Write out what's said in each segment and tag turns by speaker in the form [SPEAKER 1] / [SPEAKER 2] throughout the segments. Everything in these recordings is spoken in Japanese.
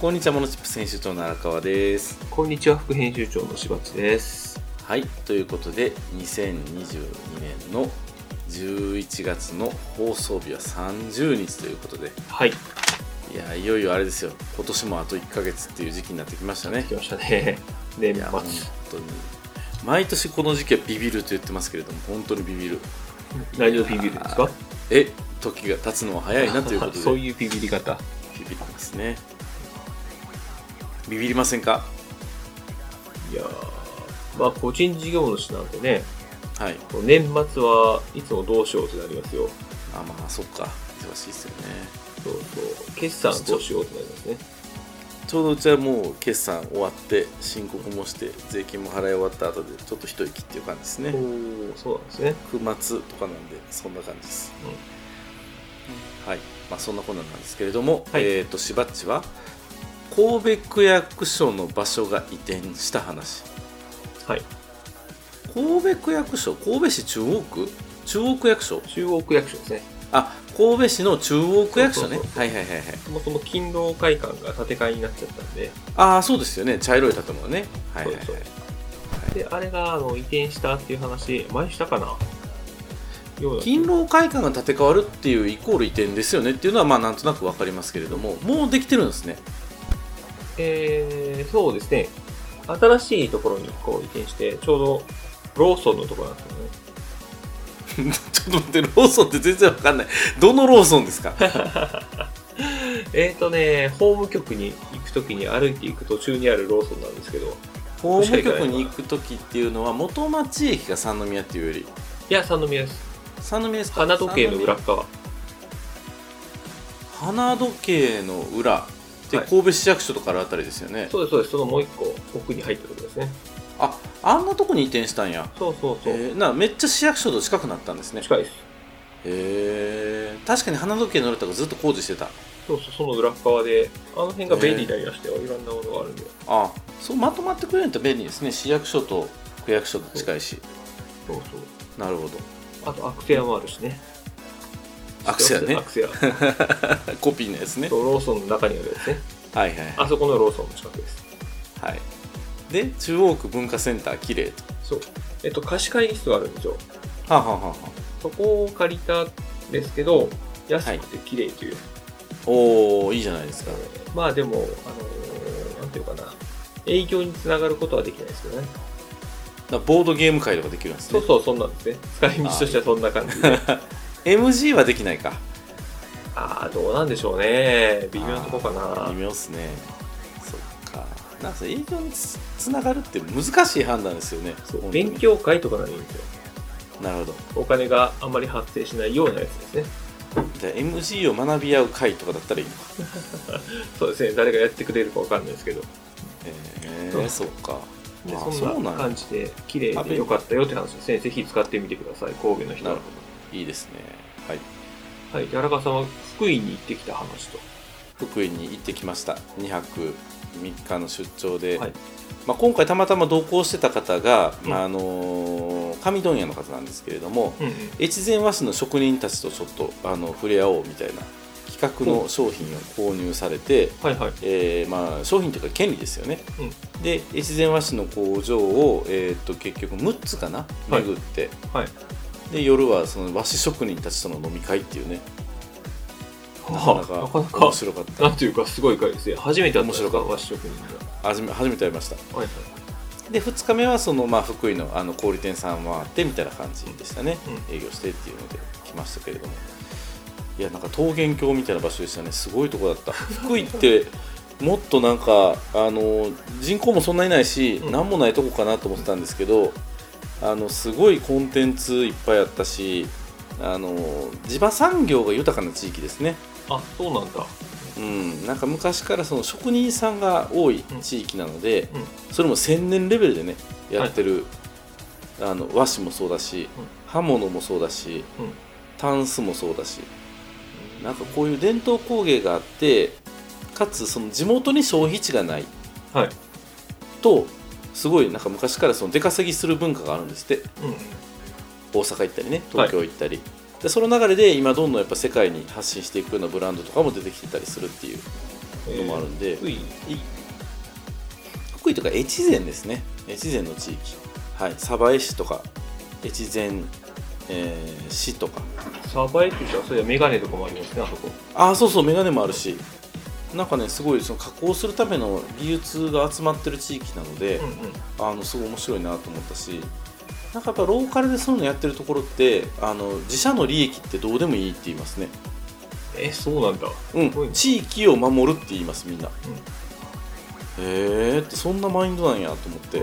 [SPEAKER 1] こんにちはモノチップ選手長の荒川です
[SPEAKER 2] こんにちは副編集長の柴地です。
[SPEAKER 1] はいということで2022年の11月の放送日は30日ということで
[SPEAKER 2] はい、
[SPEAKER 1] いやいよいよあれですよ今年もあと1ヶ月っていう時期になってきましたね
[SPEAKER 2] 来ましたね。年
[SPEAKER 1] い
[SPEAKER 2] 末
[SPEAKER 1] や本当に毎年この時期はビビると言ってますけれども本当にビビる
[SPEAKER 2] ラジオビビるんですか？
[SPEAKER 1] え時が経つのは早いなということで
[SPEAKER 2] そういうビビり方。
[SPEAKER 1] ビビりますねビビりませんか
[SPEAKER 2] いやー、まあ個人事業主なんでね、
[SPEAKER 1] はい
[SPEAKER 2] こう年末はいつもどうしようってなりますよ。
[SPEAKER 1] あまあそっか忙しいですよね
[SPEAKER 2] そうそう。決算どうしようってなりますね。
[SPEAKER 1] ちょうどうちはもう決算終わって申告もして税金も払い終わった後でちょっと一息っていう感じですね
[SPEAKER 2] おお、そうなんですね。
[SPEAKER 1] 9月とかなんでそんな感じです、はいまあそんなこんなんなんですけれども、
[SPEAKER 2] はい
[SPEAKER 1] えっ、としばっちは神戸区役所の場所が移転した話
[SPEAKER 2] はい。
[SPEAKER 1] 神戸区役所神戸市中央区中央区役所
[SPEAKER 2] 中央区役所ですね。
[SPEAKER 1] あ神戸市の中央区役所ね
[SPEAKER 2] そうそう
[SPEAKER 1] はいはいはいはい
[SPEAKER 2] そもそも勤労会館が建て替えになっちゃったんで、
[SPEAKER 1] ああそうですよね茶色い建物ねはいはいはい
[SPEAKER 2] そうそうであれがあの移転したっていう話前したかな？ようだ
[SPEAKER 1] 勤労会館が建て替わるっていうイコール移転ですよねっていうのはまあなんとなく分かりますけれ どももうできてるんですね
[SPEAKER 2] えー、そうですね。新しいところにこう移転して、ちょうどローソンのところだったのね。
[SPEAKER 1] ちょっと待って、ローソンって全然わかんない。どのローソンで すか
[SPEAKER 2] えっ、ー、とね、法務局に行くときに歩いて行く途中にあるローソンなんですけど、
[SPEAKER 1] 法務局に行くときっていうのは、元町駅か三宮っていうより。
[SPEAKER 2] いや、三宮です。
[SPEAKER 1] 三宮ですか
[SPEAKER 2] 花時計の裏。っ側。
[SPEAKER 1] 三宮花時計の裏。で、
[SPEAKER 2] はい
[SPEAKER 1] 神戸市役所とかあるあたりですよね。
[SPEAKER 2] そうです、そうです。そのもう一個奥に入ったところですね。
[SPEAKER 1] あ、あんなとこに移転したんや。
[SPEAKER 2] そうそうそう。
[SPEAKER 1] えーなめっちゃ市役所と近くなったんですね。
[SPEAKER 2] 近いです。
[SPEAKER 1] えー、確かに花時計の裏とかずっと工事してた。
[SPEAKER 2] そうそう、その裏っ側で、あの辺が便利になりましたよ。いろんなものがあるんで。
[SPEAKER 1] あ、そうまとまってくれると便利ですね。市役所と区役所と近いし。
[SPEAKER 2] そうそう。
[SPEAKER 1] なるほど。
[SPEAKER 2] あと、アクセアもあるしね。
[SPEAKER 1] アクセアね
[SPEAKER 2] ア。クセア。そう
[SPEAKER 1] コピーのやつね。
[SPEAKER 2] ローソンの中にあるや つね。
[SPEAKER 1] はいはいはい。
[SPEAKER 2] あそこのローソンの近くです。
[SPEAKER 1] はい、で中央区文化センター綺麗と
[SPEAKER 2] そう。えっと、貸し会議室があるんですよ。
[SPEAKER 1] はあ、はあはあはあ、
[SPEAKER 2] そこを借りたんですけど、安くて綺麗という。
[SPEAKER 1] おおいいじゃないですか
[SPEAKER 2] まあでも、あのーなんていうかな。営業につながることはできないですけどね。
[SPEAKER 1] だボードゲーム会とかできるんです
[SPEAKER 2] そ
[SPEAKER 1] ね
[SPEAKER 2] うそう、そんなんですね。使い道としてはそんな感じで。
[SPEAKER 1] MG はできないか
[SPEAKER 2] ああ、どうなんでしょうね。微妙なとこかな。
[SPEAKER 1] あー微妙っすねそっかなんかそれ営業につつながるって難しい判断ですよね
[SPEAKER 2] そう
[SPEAKER 1] 本当に
[SPEAKER 2] 勉強会とかならいいんですよ。
[SPEAKER 1] なるほど
[SPEAKER 2] お金があんまり発生しないようなやつですね。
[SPEAKER 1] じゃあ MG を学び合う会とかだったらいいのか
[SPEAKER 2] そうですね。誰がやってくれるかわかんないですけど。
[SPEAKER 1] え
[SPEAKER 2] そ
[SPEAKER 1] ー、
[SPEAKER 2] う
[SPEAKER 1] そっか
[SPEAKER 2] で
[SPEAKER 1] あー
[SPEAKER 2] そんな感じで、綺麗で良かったよって話ですね。ぜひ使ってみてください。神戸の人
[SPEAKER 1] な
[SPEAKER 2] は
[SPEAKER 1] るほどいいですねはい
[SPEAKER 2] はい、荒川さんは福井に行ってきた話と。
[SPEAKER 1] 福井に行ってきました2泊3日の出張で、
[SPEAKER 2] はい
[SPEAKER 1] まあ、今回たまたま同行してた方が、
[SPEAKER 2] うん
[SPEAKER 1] まああのー紙問屋の方なんですけれども
[SPEAKER 2] うんうん、
[SPEAKER 1] 越前和紙の職人たちとちょっとあの触れ合おうみたいな企画の商品を購入されて、
[SPEAKER 2] はいはい。
[SPEAKER 1] えーまあ、商品というか権利ですよね、
[SPEAKER 2] う
[SPEAKER 1] で越前和紙の工場を、えーっと結局6つかな
[SPEAKER 2] はい
[SPEAKER 1] 巡って、
[SPEAKER 2] はい。
[SPEAKER 1] で夜はその和紙職人たちとの飲み会っていうねなかな
[SPEAKER 2] な
[SPEAKER 1] か
[SPEAKER 2] かな
[SPEAKER 1] 面
[SPEAKER 2] か、
[SPEAKER 1] 白かった
[SPEAKER 2] なんていうかすごい回ですね。初めて会ったんです
[SPEAKER 1] 面白かった
[SPEAKER 2] 和紙職人が。
[SPEAKER 1] 初め初めて会いました
[SPEAKER 2] はいはい。
[SPEAKER 1] で2日目はその、まあ、福井のあの小売店さん回ってみたいな感じでしたね、営業してっていうので来ましたけれどもいやなんか桃源郷みたいな場所でしたねすごいとこだっ た福井ってもっとなんかあの人口もそんないないし、
[SPEAKER 2] うん
[SPEAKER 1] 何もないとこかなと思ってたんですけどあのすごいコンテンツいっぱいあったしあの地場産業が豊かな地域ですね
[SPEAKER 2] あ、そうなんだ。
[SPEAKER 1] うん、なんか昔からその職人さんが多い地域なので、
[SPEAKER 2] うんうん
[SPEAKER 1] それも1000年レベルでねやってる、あの和紙もそうだし、
[SPEAKER 2] うん
[SPEAKER 1] 刃物もそうだし、
[SPEAKER 2] うん
[SPEAKER 1] タンスもそうだしなんかこういう伝統工芸があってかつその地元に消費地がない
[SPEAKER 2] はい。
[SPEAKER 1] とすごいなんか昔からその出稼ぎする文化があるんですって
[SPEAKER 2] うんうん。
[SPEAKER 1] 大阪行ったりね東京行ったり、でその流れで今どんどんやっぱ世界に発信していくようなブランドとかも出てきてたりするっていうのもあるんで、
[SPEAKER 2] 福井
[SPEAKER 1] 福井とか越前ですね越前の地域はい鯖江市とか越前、えー市とか
[SPEAKER 2] サバイって言ったらそういやメガネとかもありますねあそこ
[SPEAKER 1] ああそうそうメガネもあるしなんかねすごいその加工するための技術が集まってる地域なので、
[SPEAKER 2] う
[SPEAKER 1] あのすごい面白いなと思ったしなんかやっぱローカルでそういうのやってるところってあの自社の利益ってどうでもいいって言いますね
[SPEAKER 2] んえそうなんだ
[SPEAKER 1] う
[SPEAKER 2] すごい
[SPEAKER 1] ん
[SPEAKER 2] ね
[SPEAKER 1] 地域を守るって言いますみんな、へえってそんなマインドなんやと思って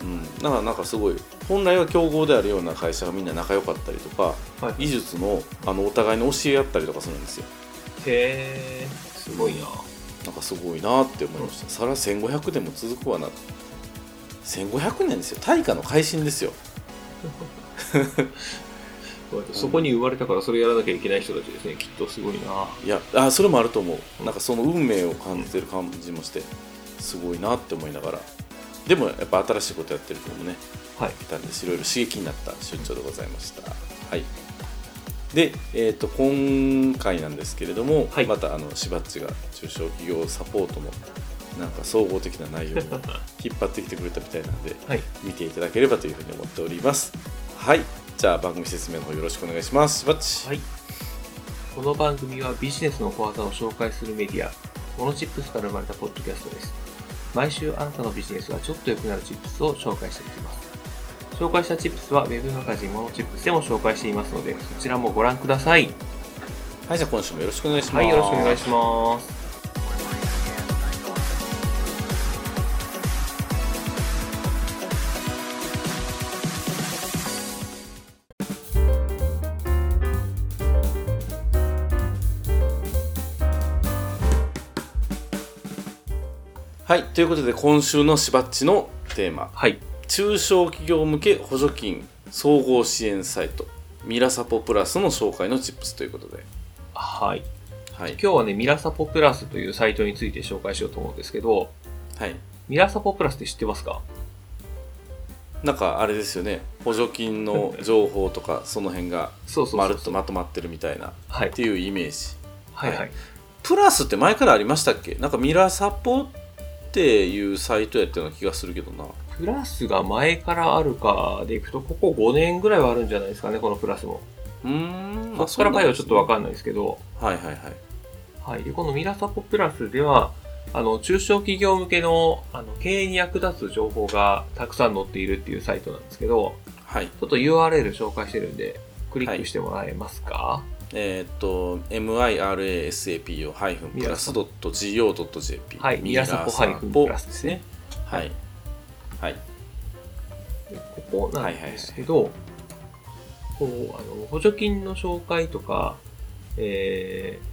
[SPEAKER 1] うんだからなんかすごい本来は競合であるような会社がみんな仲良かったりとか
[SPEAKER 2] はい
[SPEAKER 1] 技術のあのお互いの教え合ったりとかするんですよ
[SPEAKER 2] へえすごいな
[SPEAKER 1] なんかすごいなって思いましたそれは1500年も続くわなと1500年ですよ大化の改新ですよ
[SPEAKER 2] そこに生まれたからそれやらなきゃいけない人たちですねきっとすごいない
[SPEAKER 1] やあそれもあると思うなんかその運命を感じてる感じもしてすごいなって思いながらでもやっぱ新しいことやってるけどもね
[SPEAKER 2] はい
[SPEAKER 1] いたんですいろいろ刺激になった出張でございました、はいで、えー、と今回なんですけれども、
[SPEAKER 2] はい
[SPEAKER 1] またあのしばっちが中小企業サポートのなんか総合的な内容を引っ張ってきてくれたみたいなんで
[SPEAKER 2] はい
[SPEAKER 1] 見ていただければというふうに思っておりますはいじゃあ番組説明の方よろしくお願いしますしばっち
[SPEAKER 2] はい。この番組はビジネスの小技を紹介するメディア、モノチップスから生まれたポッドキャストです。毎週あなたのビジネスがちょっと良くなるチップスを紹介していきます。紹介したチップスは Web マガジンモノチップスでも紹介していますので、そちらもご覧ください。
[SPEAKER 1] はいじゃあ今週もよろしくお願いします
[SPEAKER 2] はい、よろしくお願いします。
[SPEAKER 1] はいということで今週のしばっちのテーマ
[SPEAKER 2] はい。
[SPEAKER 1] 中小企業向け補助金総合支援サイトミラサポプラスの紹介のチップスということで、
[SPEAKER 2] はい。
[SPEAKER 1] はい、
[SPEAKER 2] 今日はね、ミラサポプラスというサイトについて紹介しようと思うんですけど、
[SPEAKER 1] はい、
[SPEAKER 2] ミラサポプラスって知ってますか
[SPEAKER 1] なんかあれですよね補助金の情報とかその辺が
[SPEAKER 2] そうそうそうそう
[SPEAKER 1] まるっとまとまってるみたいなっ
[SPEAKER 2] はい。
[SPEAKER 1] ていうイメージ
[SPEAKER 2] はいはい。
[SPEAKER 1] プラスって前からありましたっけなんかミラサポっていうサイトやったような気がするけどな
[SPEAKER 2] プラスが前からあるかでいくと、ここ5年ぐらいはあるんじゃないですかね、このプラスも。
[SPEAKER 1] うーん
[SPEAKER 2] こっから前はちょっとわ
[SPEAKER 1] か
[SPEAKER 2] かんないですけど、
[SPEAKER 1] はいはいはい
[SPEAKER 2] はい。で、このミラサポプラスでは、あの、中小企業向けの、あの、経営に役立つ情報がたくさん載っているっていうサイトなんですけど、
[SPEAKER 1] はい
[SPEAKER 2] ちょっと URL 紹介してるんで、クリックしてもらえますか、
[SPEAKER 1] えーっと mirsapo-plus.go.jp
[SPEAKER 2] はいミラサポハイフンプラスですね
[SPEAKER 1] はいはい
[SPEAKER 2] ここなんですけど、こう、あの、補助金の紹介とか、えー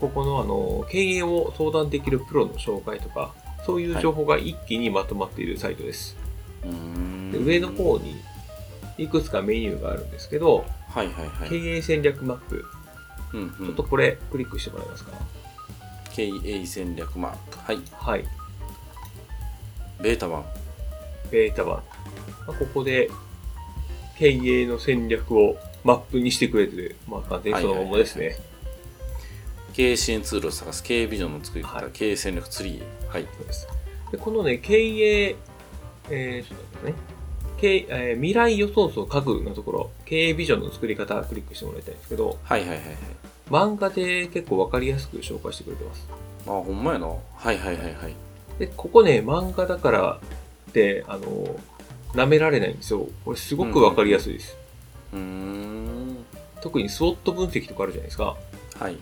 [SPEAKER 2] ここの、あの、経営を相談できるプロの紹介とか、そういう情報が一気にまとまっているサイトです。
[SPEAKER 1] うーん
[SPEAKER 2] で上の方に、いくつかメニューがあるんですけど、
[SPEAKER 1] はいはいはい、
[SPEAKER 2] 経営戦略マップ。
[SPEAKER 1] うん
[SPEAKER 2] ち
[SPEAKER 1] う
[SPEAKER 2] ょっ
[SPEAKER 1] ん
[SPEAKER 2] と、これ、クリックしてもらえますか、
[SPEAKER 1] 経営戦略マップはい
[SPEAKER 2] はい。
[SPEAKER 1] ベータ版
[SPEAKER 2] ベータ版。まあここで、経営の戦略をマップにしてくれてる。まあ、完全にそのままですね。
[SPEAKER 1] 経営支援ツールを探す経営ビジョンの作り方、
[SPEAKER 2] はい
[SPEAKER 1] 経営戦略ツリーはい
[SPEAKER 2] そうです。で、このね、経営、えー、ちょっと待ってね。経営えー未来予想図を書くのところ、経営ビジョンの作り方クリックしてもらいたいんですけど、
[SPEAKER 1] はいはいはいはい
[SPEAKER 2] 漫画で結構わかりやすく紹介してくれてます。
[SPEAKER 1] あほんまやなはいはいはいはい
[SPEAKER 2] で、ここね、漫画だからって、あの、舐められないんですよ。これすごくわかりやすいです。
[SPEAKER 1] うーん
[SPEAKER 2] 特に SWOT 分析とかあるじゃないですか。
[SPEAKER 1] はい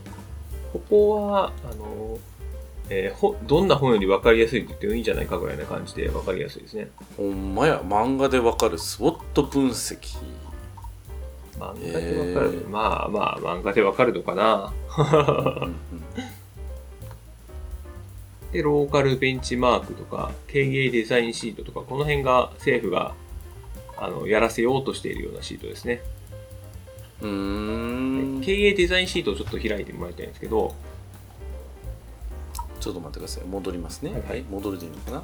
[SPEAKER 2] ここは、あの、えーほどんな本よりわかりやすいって言ってもいいんじゃないかぐらいな感じでわかりやすいですね。
[SPEAKER 1] ほんまや漫画でわかるスウォット分析
[SPEAKER 2] 漫画でわかる、
[SPEAKER 1] えー
[SPEAKER 2] まあまあ漫画でわかるのかな
[SPEAKER 1] うんうん
[SPEAKER 2] でローカルベンチマークとか経営デザインシートとかこの辺が政府があのやらせようとしているようなシートですね、
[SPEAKER 1] うーん
[SPEAKER 2] 経営デザインシートをちょっと開いてもらいたいんですけど
[SPEAKER 1] ちょっと待ってください。戻りますね。
[SPEAKER 2] は
[SPEAKER 1] はいい、
[SPEAKER 2] はい
[SPEAKER 1] 戻るでいいのかな。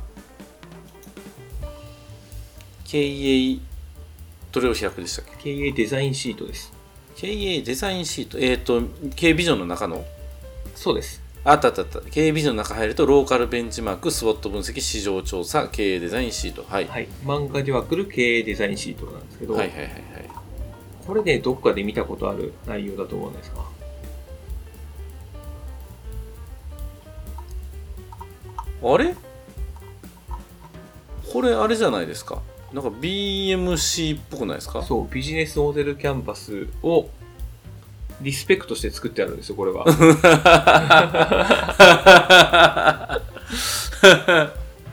[SPEAKER 1] 経営、どれを開くでしたっけ
[SPEAKER 2] 経営デザインシートです
[SPEAKER 1] 経営デザインシート、えっ、と、経営ビジョンの中の
[SPEAKER 2] そうです。
[SPEAKER 1] あったあったあった経営ビジョンの中入るとローカルベンチマークスウォット分析市場調査経営デザインシートはい、
[SPEAKER 2] はい。漫画では来る経営デザインシートなんですけど、
[SPEAKER 1] はいはいはいはい
[SPEAKER 2] これね、どっかで見たことある内容だと思うんですが。
[SPEAKER 1] あれこれあれじゃないですかなんか BMC っぽくないですか
[SPEAKER 2] そう、ビジネスモデルキャンパスをリスペクトして作ってあるんですよ、これは。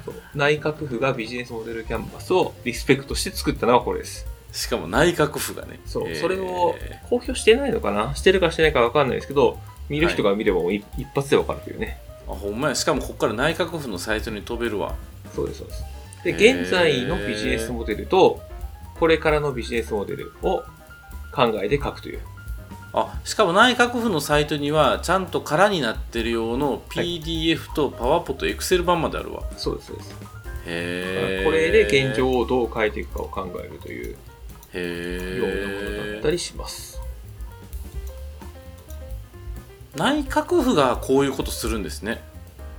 [SPEAKER 2] そう内閣府がビジネスモデルキャンパスをリスペクトして作ったのはこれです。
[SPEAKER 1] しかも内閣府がね
[SPEAKER 2] そう、
[SPEAKER 1] えー
[SPEAKER 2] それを公表してないのかなしてるかしてないかわかんないですけど、見る人が見ればもうい一発でわかるというね。
[SPEAKER 1] あほんまやしかもここから内閣府のサイトに飛べるわ
[SPEAKER 2] そうです、そうです。で、
[SPEAKER 1] へー
[SPEAKER 2] 現在のビジネスモデルと、これからのビジネスモデルを考えて書くという。
[SPEAKER 1] あしかも内閣府のサイトにはちゃんと空になってる用の PDF とパワポと Excel 版まであるわ、
[SPEAKER 2] そうです、そうです。
[SPEAKER 1] へえ
[SPEAKER 2] これで現状をどう変えていくかを考えるというようなものだ
[SPEAKER 1] へ
[SPEAKER 2] った
[SPEAKER 1] え
[SPEAKER 2] りします。
[SPEAKER 1] 内閣府がこういうことするんですね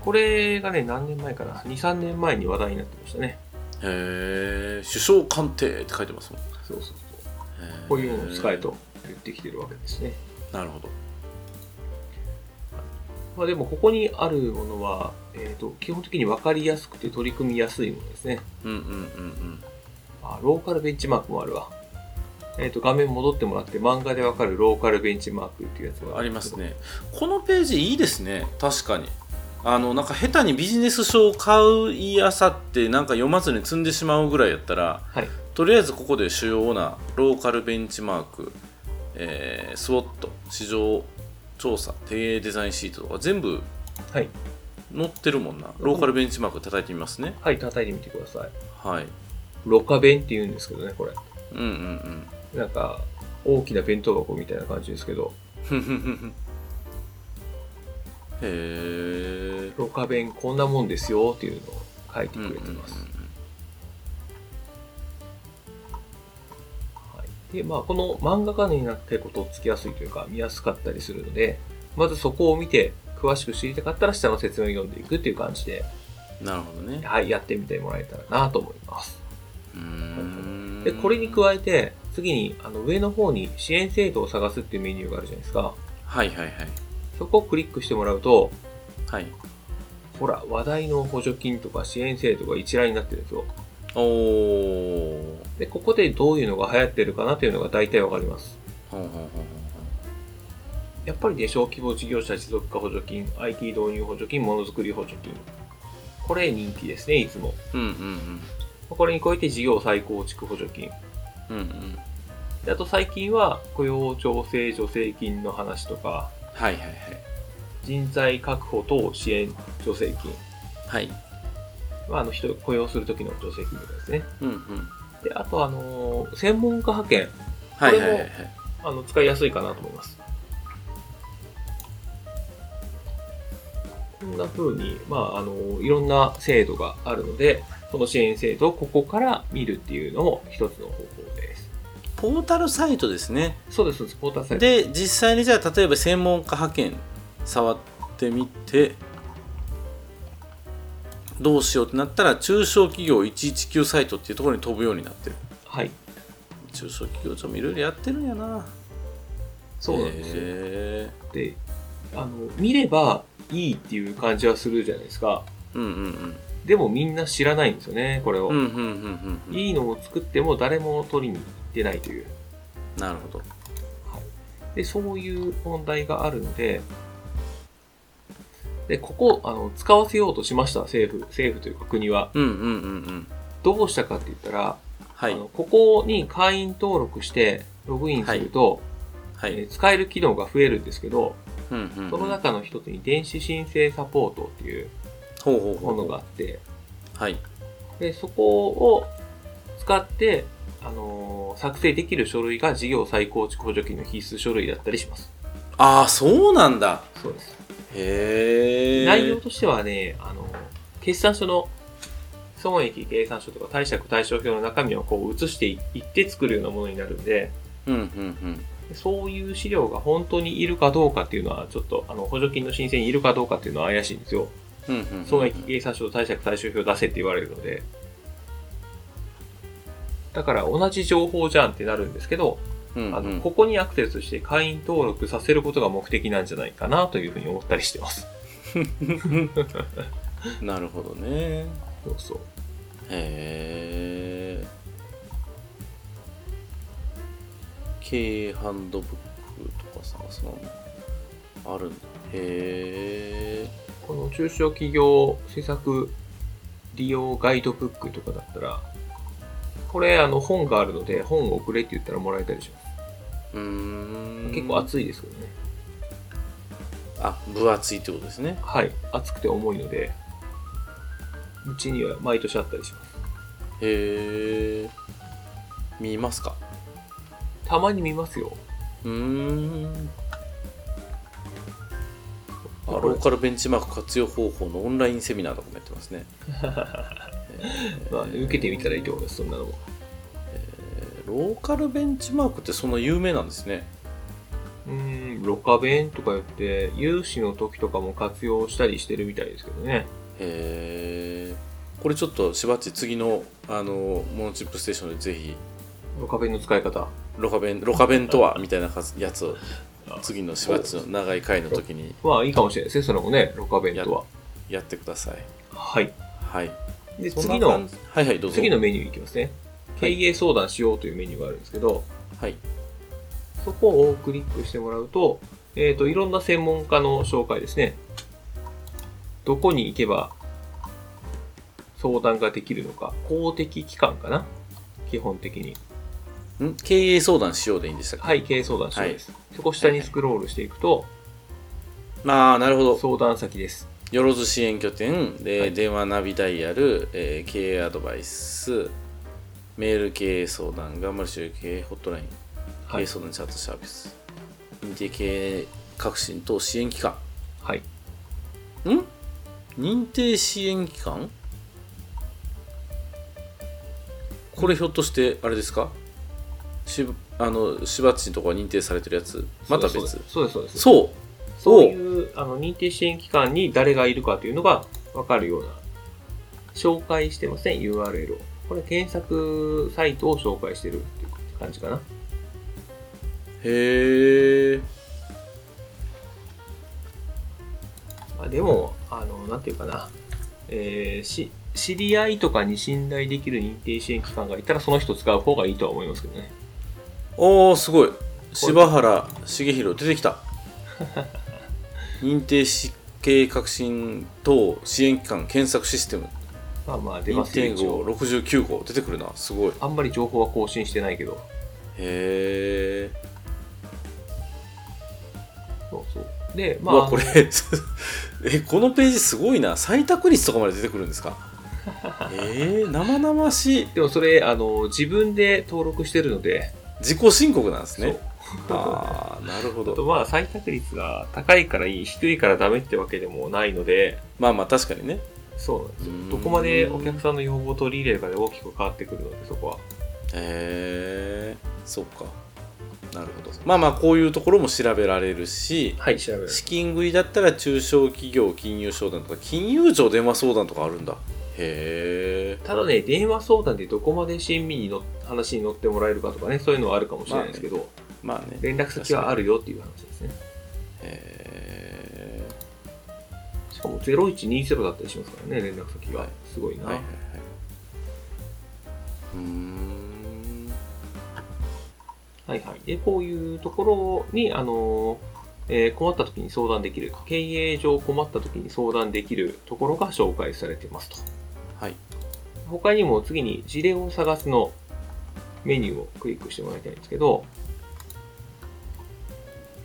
[SPEAKER 2] これがね、何年前かな ?2、3年前に話題になってましたね。
[SPEAKER 1] へえ首相官邸って書いてますもんへ
[SPEAKER 2] そうそうそう。
[SPEAKER 1] ー
[SPEAKER 2] こういうのを使えと言ってきてるわけですね。
[SPEAKER 1] なるほど
[SPEAKER 2] まあでも、ここにあるものは、えっ、と、基本的に分かりやすくて取り組みやすいものですね。
[SPEAKER 1] うんうんうんうん
[SPEAKER 2] あ、ローカルベンチマークもあるわ。えっ、と、画面戻ってもらって、漫画でわかるローカルベンチマークっていうやつが
[SPEAKER 1] あります。ねこのページいいですね確かにあのなんか下手にビジネス書を買う言いあさってなんか読まずに積んでしまうぐらいやったら
[SPEAKER 2] はい。
[SPEAKER 1] とりあえずここで主要なローカルベンチマーク、えー、スウォット市場調査経営デザインシートとか全部
[SPEAKER 2] はい。
[SPEAKER 1] 載ってるもんなローカルベンチマーク叩いてみますね
[SPEAKER 2] はい、叩いてみてください。
[SPEAKER 1] はい
[SPEAKER 2] ロカ弁って言うんですけどね、これ。
[SPEAKER 1] うんうん
[SPEAKER 2] なんか、大きな弁当箱みたいな感じですけど、
[SPEAKER 1] うんへえ
[SPEAKER 2] ロカ弁こんなもんですよっていうのを書いて
[SPEAKER 1] うんうん
[SPEAKER 2] く
[SPEAKER 1] うん
[SPEAKER 2] れてます。はい、で、まあ、この漫画家になってことをつきやすいというか、見やすかったりするので、まずそこを見て、詳しく知りたかったら下の説明を読んでいくっていう感じで、
[SPEAKER 1] なるほどね
[SPEAKER 2] はい、やってみてもらえたらなと思います。
[SPEAKER 1] うーん
[SPEAKER 2] で、これに加えて、次に、あの、上の方に支援制度を探すっていうメニューがあるじゃないですか。
[SPEAKER 1] はいはいはい
[SPEAKER 2] そこをクリックしてもらうと、
[SPEAKER 1] はい
[SPEAKER 2] ほら、話題の補助金とか支援制度が一覧になってるんですよ。
[SPEAKER 1] おお
[SPEAKER 2] で、ここでどういうのが流行ってるかなというのが大体わかります。
[SPEAKER 1] ほんほんほんほんほん
[SPEAKER 2] やっぱりね、小規模事業者持続化補助金、IT 導入補助金、ものづくり補助金。これ人気ですね、いつも。
[SPEAKER 1] うんうん
[SPEAKER 2] これに加えて事業再構築補助金。
[SPEAKER 1] うんうんうん
[SPEAKER 2] であと最近は雇用調整助成金の話とか、
[SPEAKER 1] はいはい
[SPEAKER 2] 人材確保等支援助成金。
[SPEAKER 1] はいはい
[SPEAKER 2] まあ、あの人を雇用する時の助成金とかですね。
[SPEAKER 1] うんうん
[SPEAKER 2] で、あとあのー専門家派遣。
[SPEAKER 1] はいはいはいはい
[SPEAKER 2] あの、使いやすいかなと思います。こんな風に、まあ、あの、いろんな制度があるので、その支援制度をここから見るっていうのも一つの方法です。
[SPEAKER 1] ポータルサイトですね
[SPEAKER 2] そうです、そうですポータルサイト。
[SPEAKER 1] で実際にじゃあ例えば専門家派遣触ってみてどうしようってなったら中小企業119サイトっていうところに飛ぶようになってる
[SPEAKER 2] はい。
[SPEAKER 1] 中小企業庁もいろいろやってるんやな
[SPEAKER 2] そうなんですよ。
[SPEAKER 1] へ
[SPEAKER 2] で、あの、見ればいいっていう感じはするじゃないですか。
[SPEAKER 1] ーうんうん
[SPEAKER 2] でもみんな知らないんですよね、これを。
[SPEAKER 1] うんうんうんうんうん
[SPEAKER 2] いいのを作っても誰も取りに行ってないという。
[SPEAKER 1] なるほど
[SPEAKER 2] で、そういう問題があるので、で、ここ、あの、使わせようとしました、政府、政府というか国は。
[SPEAKER 1] うんうんうんうん
[SPEAKER 2] どうしたかって言ったら、
[SPEAKER 1] は
[SPEAKER 2] あ
[SPEAKER 1] い
[SPEAKER 2] のここに会員登録して、ログインすると、
[SPEAKER 1] は
[SPEAKER 2] え
[SPEAKER 1] い
[SPEAKER 2] ー使える機能が増えるんですけど、
[SPEAKER 1] うんうんうん
[SPEAKER 2] その中の一つに電子申請サポートっていう
[SPEAKER 1] ほうほうほ
[SPEAKER 2] も
[SPEAKER 1] うほ
[SPEAKER 2] の
[SPEAKER 1] う
[SPEAKER 2] があって、
[SPEAKER 1] はい
[SPEAKER 2] で、そこを使って、あのー作成できる書類が事業再構築補助金の必須書類だったりします。
[SPEAKER 1] ああそうなんだ
[SPEAKER 2] そうです。
[SPEAKER 1] へえ
[SPEAKER 2] 内容としてはね、あの、決算書の損益計算書とか貸借対照表の中身をこう移していって作るようなものになるんで、
[SPEAKER 1] うんうんうん
[SPEAKER 2] でそういう資料が本当にいるかどうかっていうのは、ちょっとあの補助金の申請にいるかどうかっていうのは怪しいんですよ。
[SPEAKER 1] うんうんうんうん
[SPEAKER 2] 損益計算書対策対象表出せって言われるので。だから同じ情報じゃんってなるんですけど、
[SPEAKER 1] うん
[SPEAKER 2] あ
[SPEAKER 1] うん
[SPEAKER 2] のここにアクセスして会員登録させることが目的なんじゃないかなというふうに思ったりしてます。
[SPEAKER 1] なるほどね
[SPEAKER 2] そうそう。
[SPEAKER 1] へえ経営ハンドブックとかさそのあるんだへえ
[SPEAKER 2] この中小企業施策利用ガイドブックとかだったら、これあの本があるので本をくれって言ったらもらえたりします。
[SPEAKER 1] うーん
[SPEAKER 2] 結構厚いですけどね。
[SPEAKER 1] あ分厚いってことですね
[SPEAKER 2] はい。厚くて重いので、うちには毎年あったりします。
[SPEAKER 1] へえ見ますか
[SPEAKER 2] たまに見ますよ。
[SPEAKER 1] うーん
[SPEAKER 2] こ
[SPEAKER 1] あ
[SPEAKER 2] れ
[SPEAKER 1] ローカルベンチマーク活用方法のオンラインセミナーとかもやってますね、えー
[SPEAKER 2] まあ、受けてみたらいいと思います、そんなのも。
[SPEAKER 1] ローカルベンチマークってそんな有名なんですね
[SPEAKER 2] うーん、ロカ弁とか言って、融資の時とかも活用したりしてるみたいですけどね。
[SPEAKER 1] へえこれちょっとしばっち次のあのモノチップステーションでぜひ
[SPEAKER 2] ロカ弁の使い方。
[SPEAKER 1] ロカベンロカベンとはみたいなやつを次のしばっちの長い回の時に
[SPEAKER 2] まあ、いいかもしれないですね、そのもね、ロカ弁とは。
[SPEAKER 1] やってください
[SPEAKER 2] はい。
[SPEAKER 1] はい
[SPEAKER 2] で、
[SPEAKER 1] そんな
[SPEAKER 2] 次の
[SPEAKER 1] 感、じはいはいどうぞ
[SPEAKER 2] 次のメニューいきますね。経
[SPEAKER 1] はい
[SPEAKER 2] 営相談しようというメニューがあるんですけど、
[SPEAKER 1] はい
[SPEAKER 2] そこをクリックしてもらうと、えっ、と、いろんな専門家の紹介ですね。どこに行けば相談ができるのか。公的機関かな基本的に。
[SPEAKER 1] ん経営相談しようでいいんでしたっけ
[SPEAKER 2] はい、経営相談所です。そこ下にスクロールしていくと、
[SPEAKER 1] ああなるほど
[SPEAKER 2] 相談先です。
[SPEAKER 1] よろず支援拠点、で
[SPEAKER 2] はい
[SPEAKER 1] 電話ナビダイヤル、えー経営アドバイスメール経営相談頑張る集経営ホットライン
[SPEAKER 2] は
[SPEAKER 1] 経営
[SPEAKER 2] い。
[SPEAKER 1] 相談チャットサービス認定経営革新等支援機関
[SPEAKER 2] はい。
[SPEAKER 1] ん認定支援機関これひょっとしてあれですかしあのしばっちのとこが認定されてるやつまた
[SPEAKER 2] そ
[SPEAKER 1] 別
[SPEAKER 2] うです。そうです、そうです。そう
[SPEAKER 1] そう
[SPEAKER 2] いうあの認定支援機関に誰がいるかというのがわかるような、紹介してません、URL を。これ検索サイトを紹介してるっていう感じかな。
[SPEAKER 1] へえ
[SPEAKER 2] まあ、でも、あの、なんていうかな、えーし、知り合いとかに信頼できる認定支援機関がいたら、その人使う方がいいとは思いますけどね。
[SPEAKER 1] おーすごい柴原重弘出て きた認定し経営革新等支援機関検索システム
[SPEAKER 2] まあまあ、出
[SPEAKER 1] 認
[SPEAKER 2] ます
[SPEAKER 1] 定
[SPEAKER 2] よ、一
[SPEAKER 1] 号
[SPEAKER 2] 応
[SPEAKER 1] 69号出てくるなすごい
[SPEAKER 2] あんまり情報は更新してないけど。
[SPEAKER 1] へえ、
[SPEAKER 2] そうそう。で、
[SPEAKER 1] う
[SPEAKER 2] ま
[SPEAKER 1] わ
[SPEAKER 2] あ、
[SPEAKER 1] これ えこのページすごいな採択率とかまで出てくるんです かえー、生々しい
[SPEAKER 2] でもそれ、あの、自分で登録してるので、
[SPEAKER 1] 自己申告なんですね
[SPEAKER 2] そう
[SPEAKER 1] ああなるほ
[SPEAKER 2] あと
[SPEAKER 1] ど
[SPEAKER 2] まあ、採択率が高いからいい、低いからダメってわけでもないので、
[SPEAKER 1] まあまあ確かにね
[SPEAKER 2] そうなんです
[SPEAKER 1] う
[SPEAKER 2] よ
[SPEAKER 1] ん
[SPEAKER 2] どこまでお客さんの要望を取り入れるかで大きく変わってくるので、そこは。
[SPEAKER 1] へえそっかなるほどまあまあこういうところも調べられるし
[SPEAKER 2] はい、調べる
[SPEAKER 1] 資金繰りだったら中小企業金融商談とか金融庁電話相談とかあるんだへえ
[SPEAKER 2] ただね、電話相談でどこまで親身にの話に乗ってもらえるかとかね、そういうのはあるかもしれないですけど、
[SPEAKER 1] まあね
[SPEAKER 2] 連絡先はあるよっていう話ですね。
[SPEAKER 1] へ
[SPEAKER 2] しかも0120だったりしますからね、連絡先
[SPEAKER 1] は
[SPEAKER 2] が
[SPEAKER 1] い。
[SPEAKER 2] すごい
[SPEAKER 1] え
[SPEAKER 2] な。
[SPEAKER 1] はいはいはいうーん
[SPEAKER 2] はいはい。で、こういうところに、あの、えー困った時に相談できる、経営上困った時に相談できるところが紹介されていますと。
[SPEAKER 1] はい
[SPEAKER 2] 他にも次に事例を探すのメニューをクリックしてもらいたいんですけど、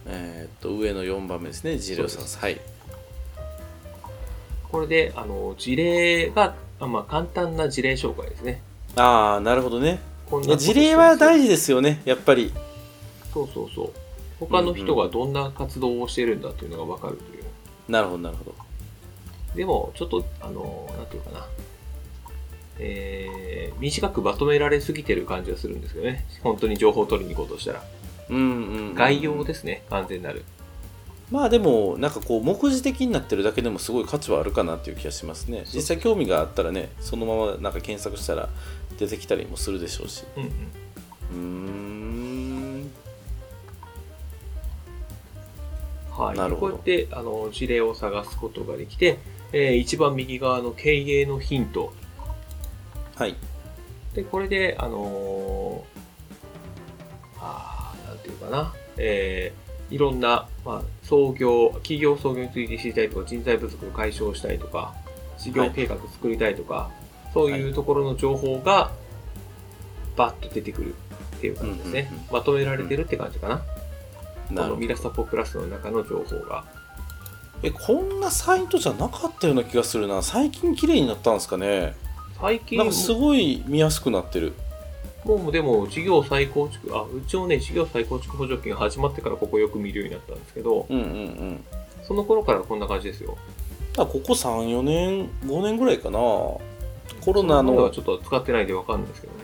[SPEAKER 1] えーっと上の4番目ですね事例を探すはい
[SPEAKER 2] これで、あの、事例が、あまあ、簡単な事例紹介ですね。
[SPEAKER 1] ああなるほどね
[SPEAKER 2] こんな
[SPEAKER 1] ね事例は大事ですよねやっぱり
[SPEAKER 2] そうそうそう。他の人がどんな活動をしてるんだっていうのがわかるという。
[SPEAKER 1] なるほどなるほど
[SPEAKER 2] でも、ちょっと、あの、なんていうかな。えー、短くまとめられすぎてる感じがするんですけどね。本当に情報を取りに行こうとしたら。
[SPEAKER 1] ううんうんうん
[SPEAKER 2] 概要ですね、完全なる。
[SPEAKER 1] まあでもなんかこう目次的になってるだけでもすごい価値はあるかなっていう気がしますね
[SPEAKER 2] そう
[SPEAKER 1] 実際興味があったらねそのままなんか検索したら出てきたりもするでしょうし
[SPEAKER 2] うんうん。
[SPEAKER 1] うーん
[SPEAKER 2] はい、
[SPEAKER 1] なるほど
[SPEAKER 2] こうやってあの事例を探すことができて、えー一番右側の経営のヒント
[SPEAKER 1] はい
[SPEAKER 2] でこれで、あのーあーなんていうかな、えーいろんな、まあ、創業企業創業について知りたいとか人材不足を解消したいとか事業計画作りたいとか、そういうところの情報がバッと出てくるっていう感じですね、
[SPEAKER 1] うんうん
[SPEAKER 2] まとめられてるって感じかな、
[SPEAKER 1] なる
[SPEAKER 2] この
[SPEAKER 1] ほ
[SPEAKER 2] ミ
[SPEAKER 1] ど
[SPEAKER 2] ラサポプラスの中の情報が。
[SPEAKER 1] えこんなサイトじゃなかったような気がするな最近綺麗になったんですかね
[SPEAKER 2] 最近
[SPEAKER 1] なんかすごい見やすくなってる
[SPEAKER 2] もうでも、事業再構築、あ、うちもね、事業再構築補助金が始まってからここよく見るようになったんですけど、
[SPEAKER 1] うんうんうん
[SPEAKER 2] その頃からこんな感じですよ。
[SPEAKER 1] あここ34年5年ぐらいかなコロナ
[SPEAKER 2] あの、
[SPEAKER 1] の
[SPEAKER 2] ちょっと使ってないんでわかるんですけどね。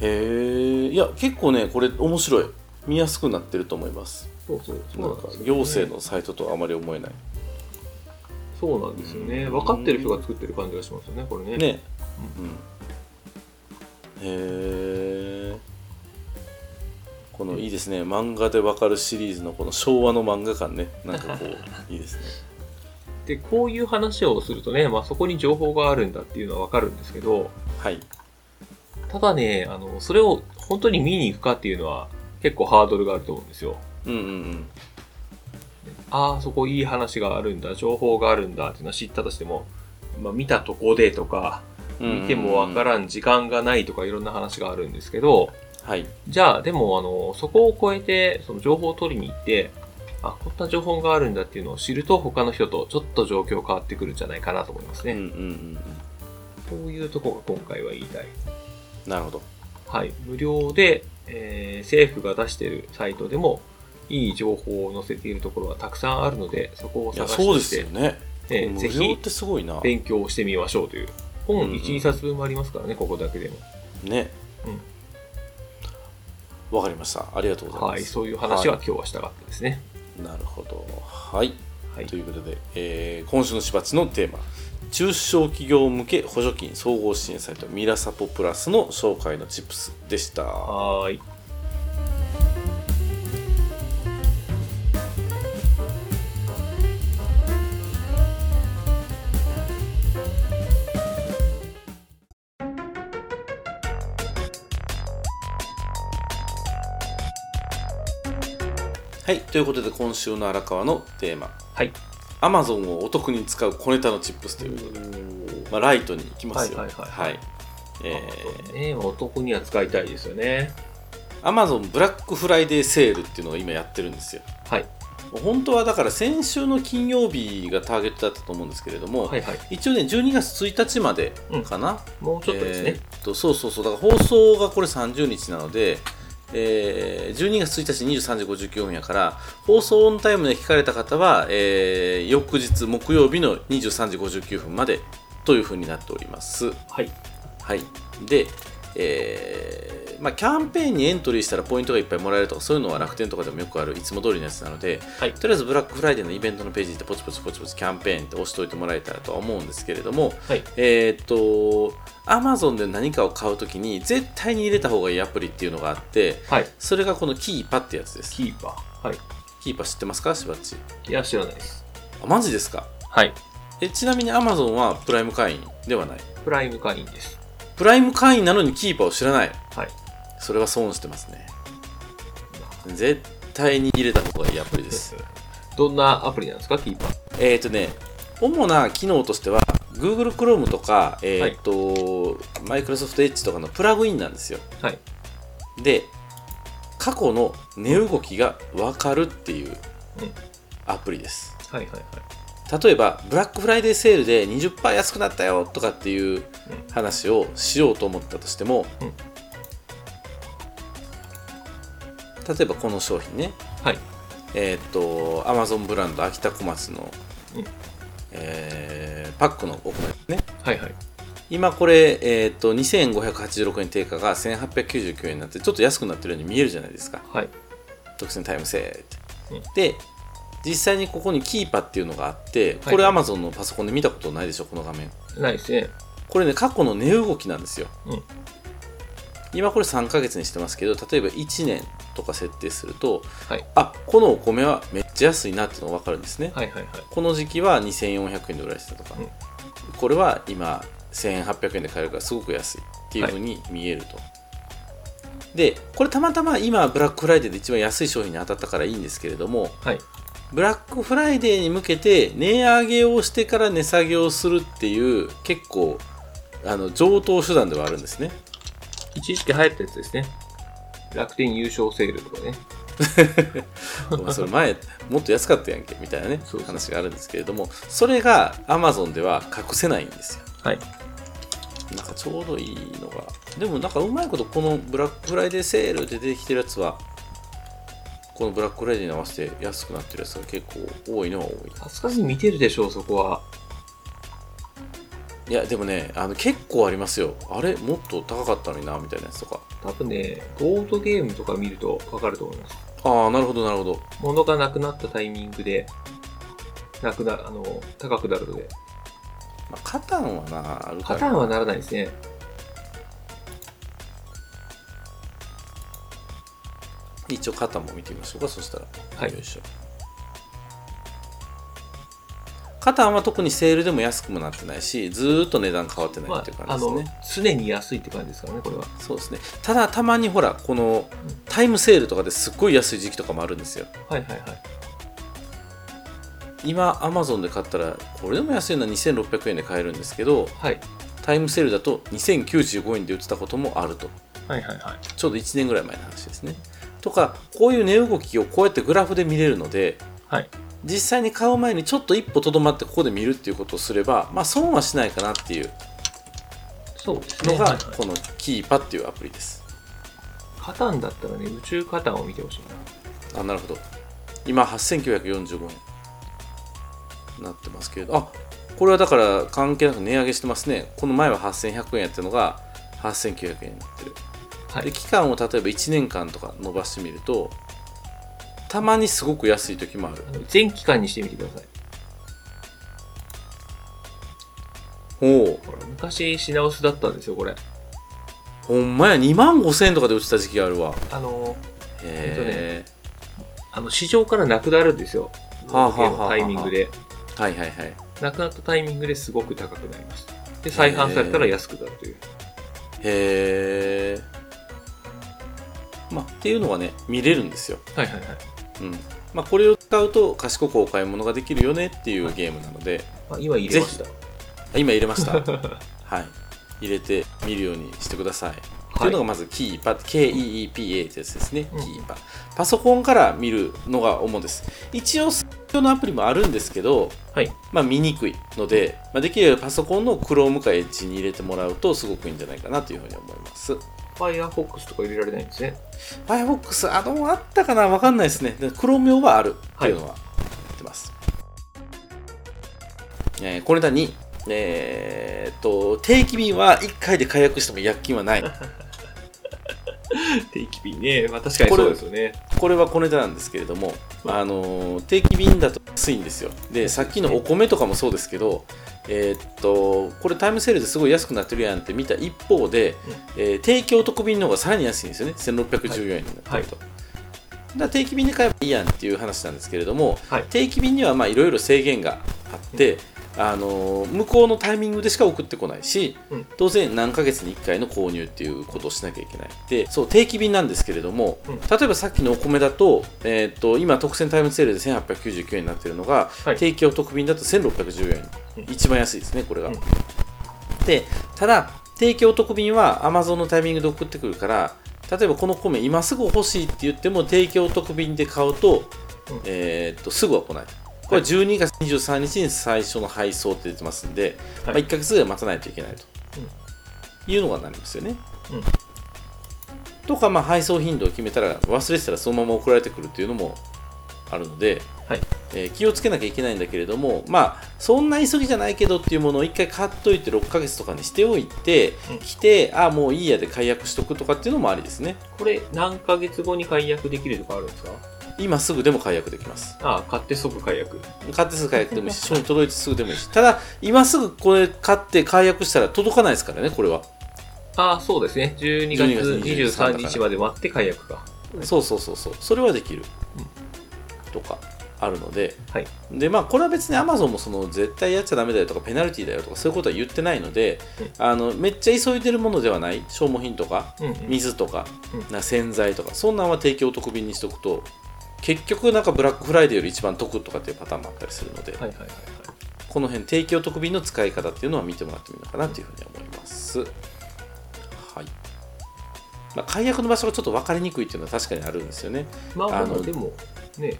[SPEAKER 1] へえいや結構ねこれ面白い見やすくなってると思います
[SPEAKER 2] そうそう、そう
[SPEAKER 1] な
[SPEAKER 2] なんん
[SPEAKER 1] か
[SPEAKER 2] ですよ、ね。
[SPEAKER 1] 行政のサイトとはあまり思えない
[SPEAKER 2] そうなんですよね。分かってる人が作ってる感じがしますよね、これね。
[SPEAKER 1] ねうんへえこのいいですね漫画でわかるシリーズのこの昭和の漫画感ねなんかこ ういいですね
[SPEAKER 2] で、こういう話をするとね、まあそこに情報があるんだっていうのはわかるんですけど、
[SPEAKER 1] はい
[SPEAKER 2] ただね、あの、それを本当に見に行くかっていうのは結構ハードルがあると思うんですよ。
[SPEAKER 1] うんうんうん
[SPEAKER 2] ああ、そこいい話があるんだ、情報があるんだっていうのは知ったとしても、まあ、見たとこでとか、見てもわか
[SPEAKER 1] ん
[SPEAKER 2] らん、時間がないとかいろんな話があるんですけど、
[SPEAKER 1] はい
[SPEAKER 2] じゃあ、でも、あの、そこを超えて、その情報を取りに行って、あ、こんな情報があるんだっていうのを知ると、他の人とちょっと状況変わってくるんじゃないかなと思います
[SPEAKER 1] うんう
[SPEAKER 2] ね。
[SPEAKER 1] んうん
[SPEAKER 2] そういうとこが今回は言いたい。
[SPEAKER 1] なるほど
[SPEAKER 2] はい。無料で、えー政府が出しているサイトでも、いい情報を載せているところはたくさんあるので、そこを
[SPEAKER 1] いや
[SPEAKER 2] 探
[SPEAKER 1] そうで
[SPEAKER 2] し
[SPEAKER 1] す
[SPEAKER 2] て
[SPEAKER 1] よ、ね
[SPEAKER 2] えー
[SPEAKER 1] 無
[SPEAKER 2] ぜ
[SPEAKER 1] 料
[SPEAKER 2] ひ
[SPEAKER 1] ってすごいな
[SPEAKER 2] 勉強してみましょうという本
[SPEAKER 1] うんうん
[SPEAKER 2] 1、2冊分もありますからねここだけでも
[SPEAKER 1] ね
[SPEAKER 2] うん
[SPEAKER 1] わかりましたありがとうございます
[SPEAKER 2] はいそういう話は今日はしたかったですね
[SPEAKER 1] なるほど。はい。
[SPEAKER 2] はい
[SPEAKER 1] ということで、えー今週のしばちのテーマ、中小企業向け補助金総合支援サイトミラサポプラスの紹介のチップスでした。
[SPEAKER 2] はーい
[SPEAKER 1] はい。ということで、今週の荒川のテーマ、
[SPEAKER 2] はい、
[SPEAKER 1] Amazon をお得に使う小ネタのチップスということで、まあ、ライトに行きますよ。
[SPEAKER 2] はいはいはい
[SPEAKER 1] はいえ
[SPEAKER 2] えね男には使いたいですよね
[SPEAKER 1] ー、Amazon ブラックフライデーセールっていうのを今やってるんですよ。
[SPEAKER 2] はい
[SPEAKER 1] 本当はだから先週の金曜日がターゲットだったと思うんですけれども、
[SPEAKER 2] はいはい
[SPEAKER 1] 一応ね12月1日までかな、
[SPEAKER 2] もうちょっとです
[SPEAKER 1] え
[SPEAKER 2] ね、
[SPEAKER 1] ーっとそうそうそうだから放送がこれ30日なので、えー12月1日23時59分やから放送オンタイムで聞かれた方は、えー翌日木曜日の23時59分までというふうになっております
[SPEAKER 2] はい
[SPEAKER 1] はいでえーまあ、キャンペーンにエントリーしたらポイントがいっぱいもらえるとかそういうのは楽天とかでもよくあるいつも通りのやつなので、
[SPEAKER 2] はい
[SPEAKER 1] とりあえずブラックフライデーのイベントのページでポチポチポチポチキャンペーンって押しておいてもらえたらとは思うんですけれども、
[SPEAKER 2] はい
[SPEAKER 1] えーっと、Amazon で何かを買うときに絶対に入れた方がいいアプリっていうのがあって、
[SPEAKER 2] はい
[SPEAKER 1] それがこのキーパってやつです。
[SPEAKER 2] キーパーはい
[SPEAKER 1] キーパ知ってますかしばっち。
[SPEAKER 2] いや知らないです
[SPEAKER 1] あ、マジですか
[SPEAKER 2] はい
[SPEAKER 1] えちなみに Amazon はプライム会員ではない。
[SPEAKER 2] プライム会員です
[SPEAKER 1] プライム会員なのにキーパを知らない。
[SPEAKER 2] はい
[SPEAKER 1] それは損してますね。絶対に入れた方がいいアプリです。
[SPEAKER 2] どんなアプリなんですかキーパー
[SPEAKER 1] えーっとね、主な機能としては、Google Chrome とか、えーっと、Microsoft Edge とかのプラグインなんですよ。
[SPEAKER 2] はい
[SPEAKER 1] で過去の値動きが分かるっていう
[SPEAKER 2] うん
[SPEAKER 1] アプリです
[SPEAKER 2] はいはいはい
[SPEAKER 1] 例えばブラックフライデーセールで20%安くなったよとかっていう話をしようと思ったとしても、
[SPEAKER 2] うん
[SPEAKER 1] 例えばこの商品ね
[SPEAKER 2] はい
[SPEAKER 1] えーっと Amazon ブランド秋田小松の、
[SPEAKER 2] うん
[SPEAKER 1] えーパックのお米ね
[SPEAKER 2] はいはい
[SPEAKER 1] 今これ、えー、と2586円定価が1899円になってちょっと安くなってるように見えるじゃないですか
[SPEAKER 2] はい。
[SPEAKER 1] 特選タイムセール
[SPEAKER 2] うん
[SPEAKER 1] で実際にここにキーパっていうのがあってこれ
[SPEAKER 2] は
[SPEAKER 1] Amazon のパソコンで見たことないでしょこの画面
[SPEAKER 2] ないですね。
[SPEAKER 1] これね過去の値動きなんですよ、
[SPEAKER 2] うん
[SPEAKER 1] 今これ3ヶ月にしてますけど例えば1年とか設定すると、
[SPEAKER 2] はい
[SPEAKER 1] あこのお米はめっちゃ安いなっていうのが分かるんですね、
[SPEAKER 2] はいはいはい。
[SPEAKER 1] この時期は2400円で売られてたとか、
[SPEAKER 2] うん
[SPEAKER 1] これは今1800円で買えるからすごく安いっていうふうに見えると、でこれたまたま今ブラックフライデーで一番安い商品に当たったからいいんですけれども
[SPEAKER 2] はい。
[SPEAKER 1] ブラックフライデーに向けて値上げをしてから値下げをするっていう結構あの上等手段ではあるんです ね
[SPEAKER 2] 一時期流行ったやつですね。楽天優勝セールとかね。
[SPEAKER 1] お前それ前もっと安かったやんけみたいなね
[SPEAKER 2] そうそう
[SPEAKER 1] 話があるんですけれどもそれが Amazon では隠せないんですよ
[SPEAKER 2] はい。
[SPEAKER 1] なんかちょうどいいのがでもなんかうまいことこのブラックフライデーセールで出てきてるやつはこのブラックフライデーに合わせて安くなってるやつが結構多いのは多い
[SPEAKER 2] さすがに見てるでしょう、そこは。
[SPEAKER 1] いやでもねあの結構ありますよあれもっと高かったのになみたいなやつとか
[SPEAKER 2] 多分ね、ボードゲームとか見るとわかると思います。
[SPEAKER 1] ああなるほどなるほど
[SPEAKER 2] 物がなくなったタイミングで、なくな、あの、高くなるので。
[SPEAKER 1] まあ、カタンはなあるか
[SPEAKER 2] パ
[SPEAKER 1] ら
[SPEAKER 2] ターンはならないですね。
[SPEAKER 1] 一応肩も見てみましょうかそしたら、
[SPEAKER 2] はい
[SPEAKER 1] よいしょ肩は特にセールでも安くもなってないしずーっと値段変わってな
[SPEAKER 2] ま
[SPEAKER 1] いっ
[SPEAKER 2] あ
[SPEAKER 1] ていう、
[SPEAKER 2] あ
[SPEAKER 1] 感じです
[SPEAKER 2] の
[SPEAKER 1] ね、、
[SPEAKER 2] 常に安いって感じですからね、これは。
[SPEAKER 1] そうですねただたまにほらこのタイムセールとかですっごい安い時期とかもあるんですよ
[SPEAKER 2] はいはいはい。
[SPEAKER 1] 今 Amazon で買ったらこれでも安いのは2600円で買えるんですけど
[SPEAKER 2] はい。
[SPEAKER 1] タイムセールだと2095円で売ってたこともあると
[SPEAKER 2] はいはいはい。
[SPEAKER 1] ちょうど1年ぐらい前の話ですねとかこういう値動きをこうやってグラフで見れるので
[SPEAKER 2] はい。
[SPEAKER 1] 実際に買う前にちょっと一歩とどまってここで見るっていうことをすればまあ損はしないかなっていう
[SPEAKER 2] そうですね。
[SPEAKER 1] の
[SPEAKER 2] はい
[SPEAKER 1] が
[SPEAKER 2] はい
[SPEAKER 1] このキーパっていうアプリです
[SPEAKER 2] カタンだったらね、宇宙カタンを見てほしい
[SPEAKER 1] あなるほど今8945円なってますけれどあこれはだから関係なく値上げしてますねこの前は8100円やったのが8900円になってる、
[SPEAKER 2] はい
[SPEAKER 1] で期間を例えば1年間とか伸ばしてみるとたまにすごく安い時もある
[SPEAKER 2] な。あの全期間にしてみてください。
[SPEAKER 1] ほう
[SPEAKER 2] ほら、昔品薄だったんですよ、これ。
[SPEAKER 1] ほんまや2万5000円とかで売ってた時期があるわ
[SPEAKER 2] あの、
[SPEAKER 1] へえ、
[SPEAKER 2] あの市場からなくなるんですよ。
[SPEAKER 1] はあはあはあはあ
[SPEAKER 2] タイミングで。
[SPEAKER 1] はいはいはい
[SPEAKER 2] なくなったタイミングですごく高くなりました。で、再販されたら安くなるという。
[SPEAKER 1] へえまあっていうのがね見れるんですよ
[SPEAKER 2] はいはいはい。
[SPEAKER 1] うんまあ、これを使うと賢くお買い物ができるよねっていうゲームなので、
[SPEAKER 2] まあ、今入れました。
[SPEAKER 1] あ今入れ ましたはい入れて見るようにしてください、っていうのがまずキーパ KEEPA ってやつですね、
[SPEAKER 2] うん
[SPEAKER 1] キーパパソコンから見るのが主です一応専用のアプリもあるんですけど、
[SPEAKER 2] はい。
[SPEAKER 1] まあ、見にくいので、まあ、できればパソコンの Chrome か Edge に入れてもらうとすごくいいんじゃないかなというふうに思います
[SPEAKER 2] Firefox とか入れられないんですね。
[SPEAKER 1] Firefox あのあったかなわかんないですねで Chrome 用はあるっていうのは言ってます、えーこれだにえーっと定期便は1回で解約しても薬金はない
[SPEAKER 2] 定期便ね。まあ確かに
[SPEAKER 1] これ
[SPEAKER 2] そうですよね。
[SPEAKER 1] これは小ネタなんですけれども、あのー定期便だと安いんですよでさっきのお米とかもそうですけどえーっとこれタイムセールですごい安くなってるやんって見た一方で、えー提供特便の方がさらに安いんですよね1614円になってると、だから定期便で買えばいいやんっていう話なんですけれども、
[SPEAKER 2] はい。
[SPEAKER 1] 定期便にはまあいろいろ制限があって、あの向こうのタイミングでしか送ってこないし、
[SPEAKER 2] うん
[SPEAKER 1] 当然何ヶ月に1回の購入っていうことをしなきゃいけないでそう定期便なんですけれども、
[SPEAKER 2] うん
[SPEAKER 1] 例えばさっきのお米だと,、えーっと今特選タイムセールで1899円になってるのが、
[SPEAKER 2] はい
[SPEAKER 1] 定期用特便だと1610円、
[SPEAKER 2] うん
[SPEAKER 1] 一番安いですねこれが、
[SPEAKER 2] うん
[SPEAKER 1] でただ定期お得便は Amazon のタイミングで送ってくるから例えばこの米今すぐ欲しいって言っても定期お得便で買うと,、
[SPEAKER 2] うん
[SPEAKER 1] えーっとすぐは来ないこれは12月23日に最初の配送って出てますんで、
[SPEAKER 2] はい
[SPEAKER 1] まあ、1ヶ月ぐらい待たないといけないと、いうのがなりますよね、
[SPEAKER 2] うん
[SPEAKER 1] とか、まあ、配送頻度を決めたら忘れてたらそのまま送られてくるっていうのもあるので、
[SPEAKER 2] はい
[SPEAKER 1] えー気をつけなきゃいけないんだけれどもまあそんな急ぎじゃないけどっていうものを一回買っといて6ヶ月とかにしておいて、
[SPEAKER 2] うん
[SPEAKER 1] 来てあもういいやで解約しとくとかっていうのもありですね
[SPEAKER 2] これ何ヶ月後に解約できるとかあるんですか
[SPEAKER 1] 今すぐでも解約できます
[SPEAKER 2] ああ買って即解約
[SPEAKER 1] 買ってすぐ解約でもいいし商品届いてすぐでもいいしただ今すぐこれ買って解約したら届かないですからねこれは
[SPEAKER 2] ああそうですね12月23日まで待って解約か
[SPEAKER 1] そうそうそうそうそれはできる、とかあるので、
[SPEAKER 2] はい
[SPEAKER 1] でまあこれは別に Amazon もその絶対やっちゃダメだよとかペナルティーだよとかそういうことは言ってないので、あのめっちゃ急いでるものではない消耗品とか
[SPEAKER 2] うんうん
[SPEAKER 1] 水とか、
[SPEAKER 2] う
[SPEAKER 1] な洗剤とかそんなんは提供お得便にしておくと結局なんかブラックフライデーより一番得とかっていうパターンもあったりするので、
[SPEAKER 2] はいはいはいはい
[SPEAKER 1] この辺提供特便の使い方っていうのは見てもらってもいいのかなというふうに思います。はい。まあ、解約の場所がちょっと分かりにくいっていうのは確かにあるんですよね。
[SPEAKER 2] まあまあ
[SPEAKER 1] あの
[SPEAKER 2] でもね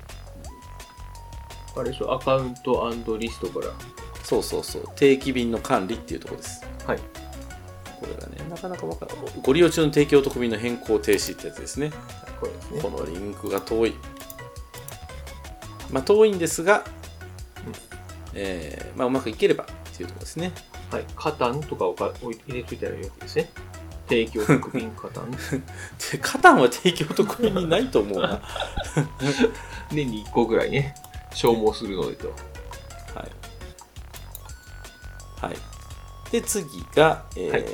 [SPEAKER 2] あれでしょアカウントリストから
[SPEAKER 1] そうそうそう。定期便の管理っていうところです。
[SPEAKER 2] はい
[SPEAKER 1] これがね、なかなか分からない。ご利用中の提供特便の変更停止ってやつですね。
[SPEAKER 2] これですね
[SPEAKER 1] このリンクが遠い。まあ、遠いんですが、
[SPEAKER 2] うん
[SPEAKER 1] えーまあ、うまくいければっていうところですね。
[SPEAKER 2] はいカタンとかをか置いて入れといたらいいわけですね提供食品カ タン
[SPEAKER 1] で、カタンは提供特便にない と思うな。
[SPEAKER 2] 年に1個ぐらいね消耗するのでと
[SPEAKER 1] はい。はい。で、次が、えー
[SPEAKER 2] はい
[SPEAKER 1] っ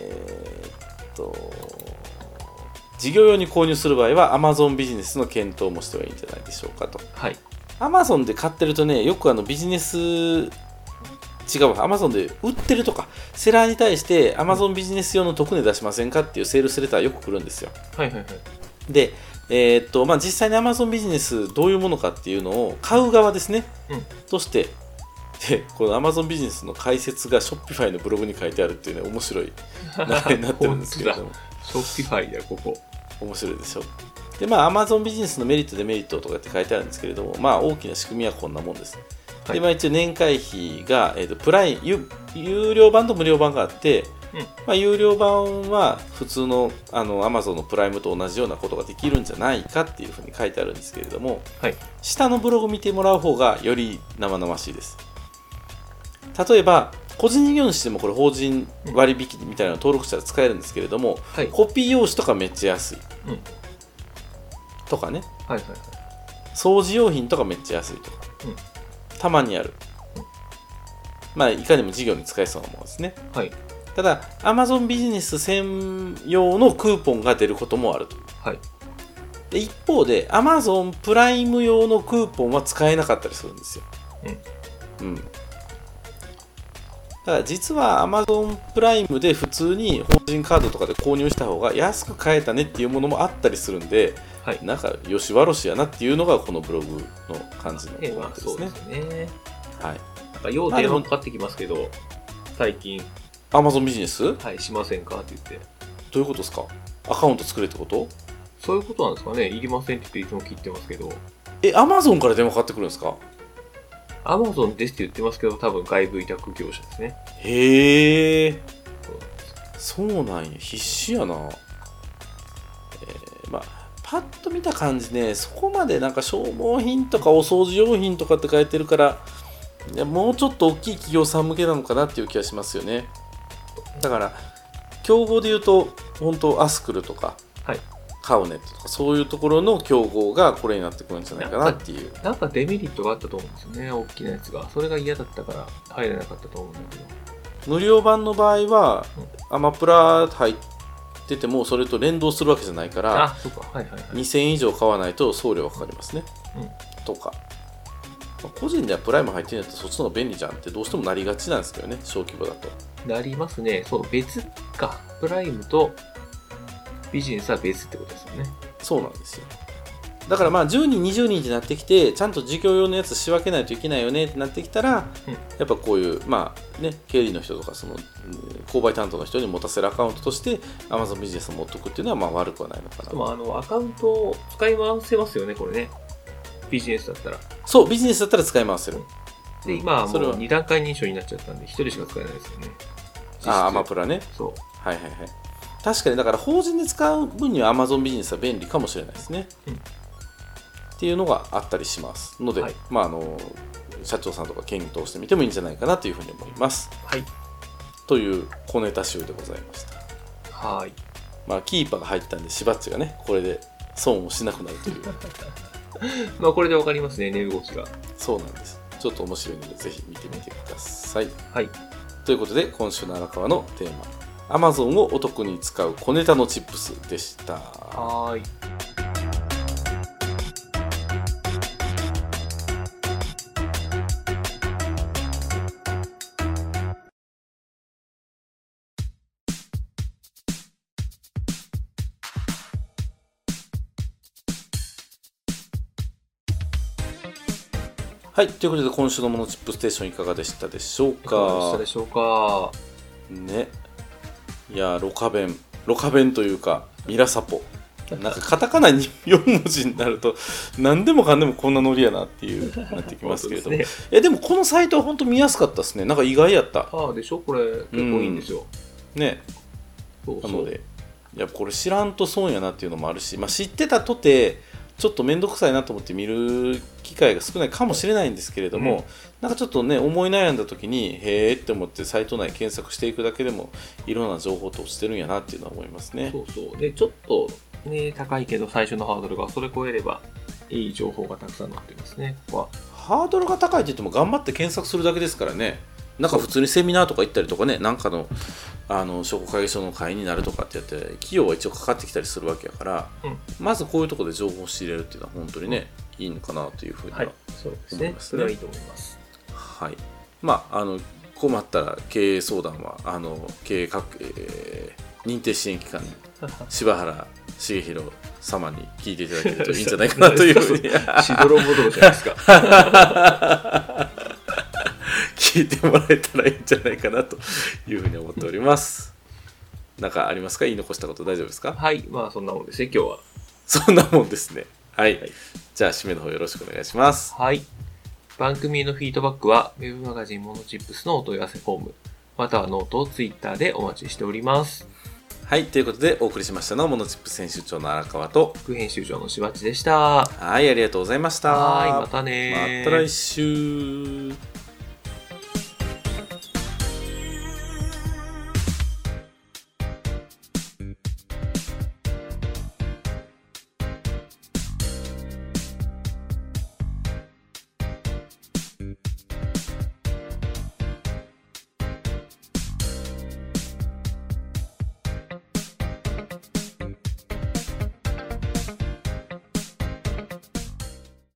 [SPEAKER 1] と、事業用に購入する場合は Amazon ビジネスの検討もしてはいいんじゃないでしょうかと。
[SPEAKER 2] はい、
[SPEAKER 1] Amazon で買ってるとね、よくあのビジネス、違うわ、Amazon で売ってるとか、セラーに対して Amazon ビジネス用の特値出しませんかっていうセールスレターよく来るんですよ。
[SPEAKER 2] はいはいはい
[SPEAKER 1] で、えーっとまあ、実際に Amazon ビジネスどういうものかっていうのを買う側ですね、
[SPEAKER 2] うん
[SPEAKER 1] としてでこの Amazon ビジネスの解説が Shopify のブログに書いてあるっていうね面白い流れになってるんですけれども
[SPEAKER 2] ショッピファイだここ
[SPEAKER 1] 面白いでしょでまあ Amazon ビジネスのメリットデメリットとかって書いてあるんですけれどもまあ大きな仕組みはこんなもんです、
[SPEAKER 2] はい
[SPEAKER 1] でまあ一応年会費が、えーっとプライン有有料版と無料版があって、
[SPEAKER 2] うん
[SPEAKER 1] まあ、有料版は普通のあの Amazon のプライムと同じようなことができるんじゃないかっていうふうに書いてあるんですけれども、
[SPEAKER 2] はい
[SPEAKER 1] 下のブログ見てもらう方がより生々しいです例えば個人事業主でもこれ法人割引みたいなの登録者は使えるんですけれども、
[SPEAKER 2] はい
[SPEAKER 1] コピー用紙とかめっちゃ安い
[SPEAKER 2] うんはい
[SPEAKER 1] とかね
[SPEAKER 2] はいはい
[SPEAKER 1] 掃除用品とかめっちゃ安いとか、
[SPEAKER 2] うん
[SPEAKER 1] たまにある、まあいかにも事業に使えそうなものですね
[SPEAKER 2] はい
[SPEAKER 1] ただ Amazon ビジネス専用のクーポンが出ることもあると
[SPEAKER 2] はい
[SPEAKER 1] で一方で Amazon プライム用のクーポンは使えなかったりするんですようん、だから実は Amazon プライムで普通に法人カードとかで購入した方が安く買えたねっていうものもあったりするんで
[SPEAKER 2] はい
[SPEAKER 1] なんかよしわろしやなっていうのがこのブログの感じの
[SPEAKER 2] ええ
[SPEAKER 1] 項
[SPEAKER 2] ま
[SPEAKER 1] 目
[SPEAKER 2] あ
[SPEAKER 1] で
[SPEAKER 2] そ
[SPEAKER 1] す
[SPEAKER 2] うで
[SPEAKER 1] ね
[SPEAKER 2] すね
[SPEAKER 1] はい
[SPEAKER 2] なんか要点はかかってきますけど最近
[SPEAKER 1] Amazon ビジネスど
[SPEAKER 2] はいしませんかって言って
[SPEAKER 1] ういうことですかアカウント作れってこと
[SPEAKER 2] そういうことなんですかねいりませんって言っていつも切ってますけど
[SPEAKER 1] え Amazon から電話かかってくるんですか
[SPEAKER 2] アマゾンですって言ってますけど、多分外部委託業者ですね。
[SPEAKER 1] へえそうなんや必死やな、えーまあパッと見た感じねそこまでなんか消耗品とかお掃除用品とかって書いてるからいやもうちょっと大きい企業さん向けなのかなっていう気がしますよねだから競合で言うと本当アスクルとか、
[SPEAKER 2] はい
[SPEAKER 1] カウネットとかそういうところの競合がこれになってくるんじゃないかなっていう
[SPEAKER 2] なんかデメリットがあったと思うんですよね、大きなやつが。それが嫌だったから入らなかったと思うんだけど。
[SPEAKER 1] 無料版の場合は、アマプラ入っててもそれと連動するわけじゃないから
[SPEAKER 2] あ、そうか。はいはいはい。
[SPEAKER 1] 2000円以上買わないと送料がかかりますね、とか、まあ個人ではプライム入ってんだったらそっちの方が便利じゃんってどうしてもなりがちなんですけどね小規模だと
[SPEAKER 2] なりますね。そう、別か。プライムとビジネスは別ってことですよね。
[SPEAKER 1] そうなんですよだからまあ10人20人ってなってきてちゃんと事業用のやつ仕分けないといけないよねってなってきたら、
[SPEAKER 2] うん
[SPEAKER 1] やっぱこういうまあね経理の人とかそのうん購買担当の人に持たせるアカウントとして Amazon ビジネスを持っておくっていうのはまあ悪くはないのかな
[SPEAKER 2] でも、あの、アカウントを使い回せますよね、これね。ビジネスだったら。
[SPEAKER 1] そうビジネスだったら使い回せる
[SPEAKER 2] で、今はも
[SPEAKER 1] それ
[SPEAKER 2] う
[SPEAKER 1] は
[SPEAKER 2] 2段階認証になっちゃったんで、1人しか使えないですよね。
[SPEAKER 1] あーアマ
[SPEAKER 2] ラ。
[SPEAKER 1] プラね
[SPEAKER 2] そう。
[SPEAKER 1] はいはいはい確かにだから法人で使う分には Amazon ビジネスは便利かもしれないですね、
[SPEAKER 2] うん
[SPEAKER 1] っていうのがあったりしますので、
[SPEAKER 2] はい
[SPEAKER 1] まああの社長さんとか検討してみてもいいんじゃないかなというふうに思います
[SPEAKER 2] はい。
[SPEAKER 1] という小ネタ集でございました
[SPEAKER 2] はい。
[SPEAKER 1] まあキーパーが入ったんでしばっちがねこれで損をしなくなる という
[SPEAKER 2] まあ、これでわかりますね、値動きが。
[SPEAKER 1] そうなんですちょっと面白いのでぜひ見てみてください
[SPEAKER 2] はい。
[SPEAKER 1] ということで今週の荒川のテーマ Amazon をお得に使う小ネタのチップスでした
[SPEAKER 2] はーい。
[SPEAKER 1] はいということで今週の「ものチップステーション」いかがでしたでしょう
[SPEAKER 2] いかがでした
[SPEAKER 1] か
[SPEAKER 2] でしょうか。
[SPEAKER 1] ねいやーロカ弁ロカ弁というかミラサポなんかカタカナに4文字になると何でもかんでもこんなノリやなっていうなってきます けれ
[SPEAKER 2] 本当
[SPEAKER 1] どもで,、
[SPEAKER 2] ですね、
[SPEAKER 1] えでもこのサイトは本当見やすかったですねなんか意外やった
[SPEAKER 2] ああ、でしょこれ、結構いいんですよ。
[SPEAKER 1] ね
[SPEAKER 2] そうそ
[SPEAKER 1] な
[SPEAKER 2] う
[SPEAKER 1] のでいやこれ知らんと損やなっていうのもあるし、まあ、知ってたとてちょっと面倒くさいなと思って見る機会が少ないかもしれないんですけれど
[SPEAKER 2] う
[SPEAKER 1] も、
[SPEAKER 2] ん
[SPEAKER 1] なんかちょっとね思い悩んだ時にへえって思ってサイト内検索していくだけでもいろんな情報としてるんやなっていうのは思いますね。
[SPEAKER 2] そうそう。で、ちょっと、ね、高いけど最初のハードルが、それ超えれば、いい情報がたくさん載ってますね、ここは。
[SPEAKER 1] ハードルが高いって言っても頑張って検索するだけですからねなんか普通にセミナーとか行ったりとかねなんかのあの商工会議所の会員になるとかってやって企業は一応かかってきたりするわけやから、
[SPEAKER 2] うん
[SPEAKER 1] まずこういうところで情報を仕入れるっていうのは本当にねいいのかなというふうには、
[SPEAKER 2] はい。そうですね。それはいいと思います。
[SPEAKER 1] はい、まああの困ったら経営相談はあの経営各、えー認定支援機関の柴原重弘様に聞いていただけるといいんじゃないか なというふうに
[SPEAKER 2] しどろもどろじゃない ですか。
[SPEAKER 1] 聞いてもらえたらいいんじゃないかなというふうに思っております。なんかありますか言い残したこと大丈夫ですか
[SPEAKER 2] はい。まあ、そんなもんですね、今日は。
[SPEAKER 1] そんなもんですね。はい。
[SPEAKER 2] はい
[SPEAKER 1] じゃあ、締めの方よろしくお願いします。
[SPEAKER 2] はい。番組へのフィードバックは、ウェブマガジンモノチップスのお問い合わせフォーム、またはノート、ツイッターでお待ちしております。
[SPEAKER 1] はい。ということで、お送りしましたのは、モノチップ選手長の荒川と、
[SPEAKER 2] 副編集長のしばっちでした。は
[SPEAKER 1] はい、ありがとうございました。
[SPEAKER 2] ーい、またねー。
[SPEAKER 1] また来週。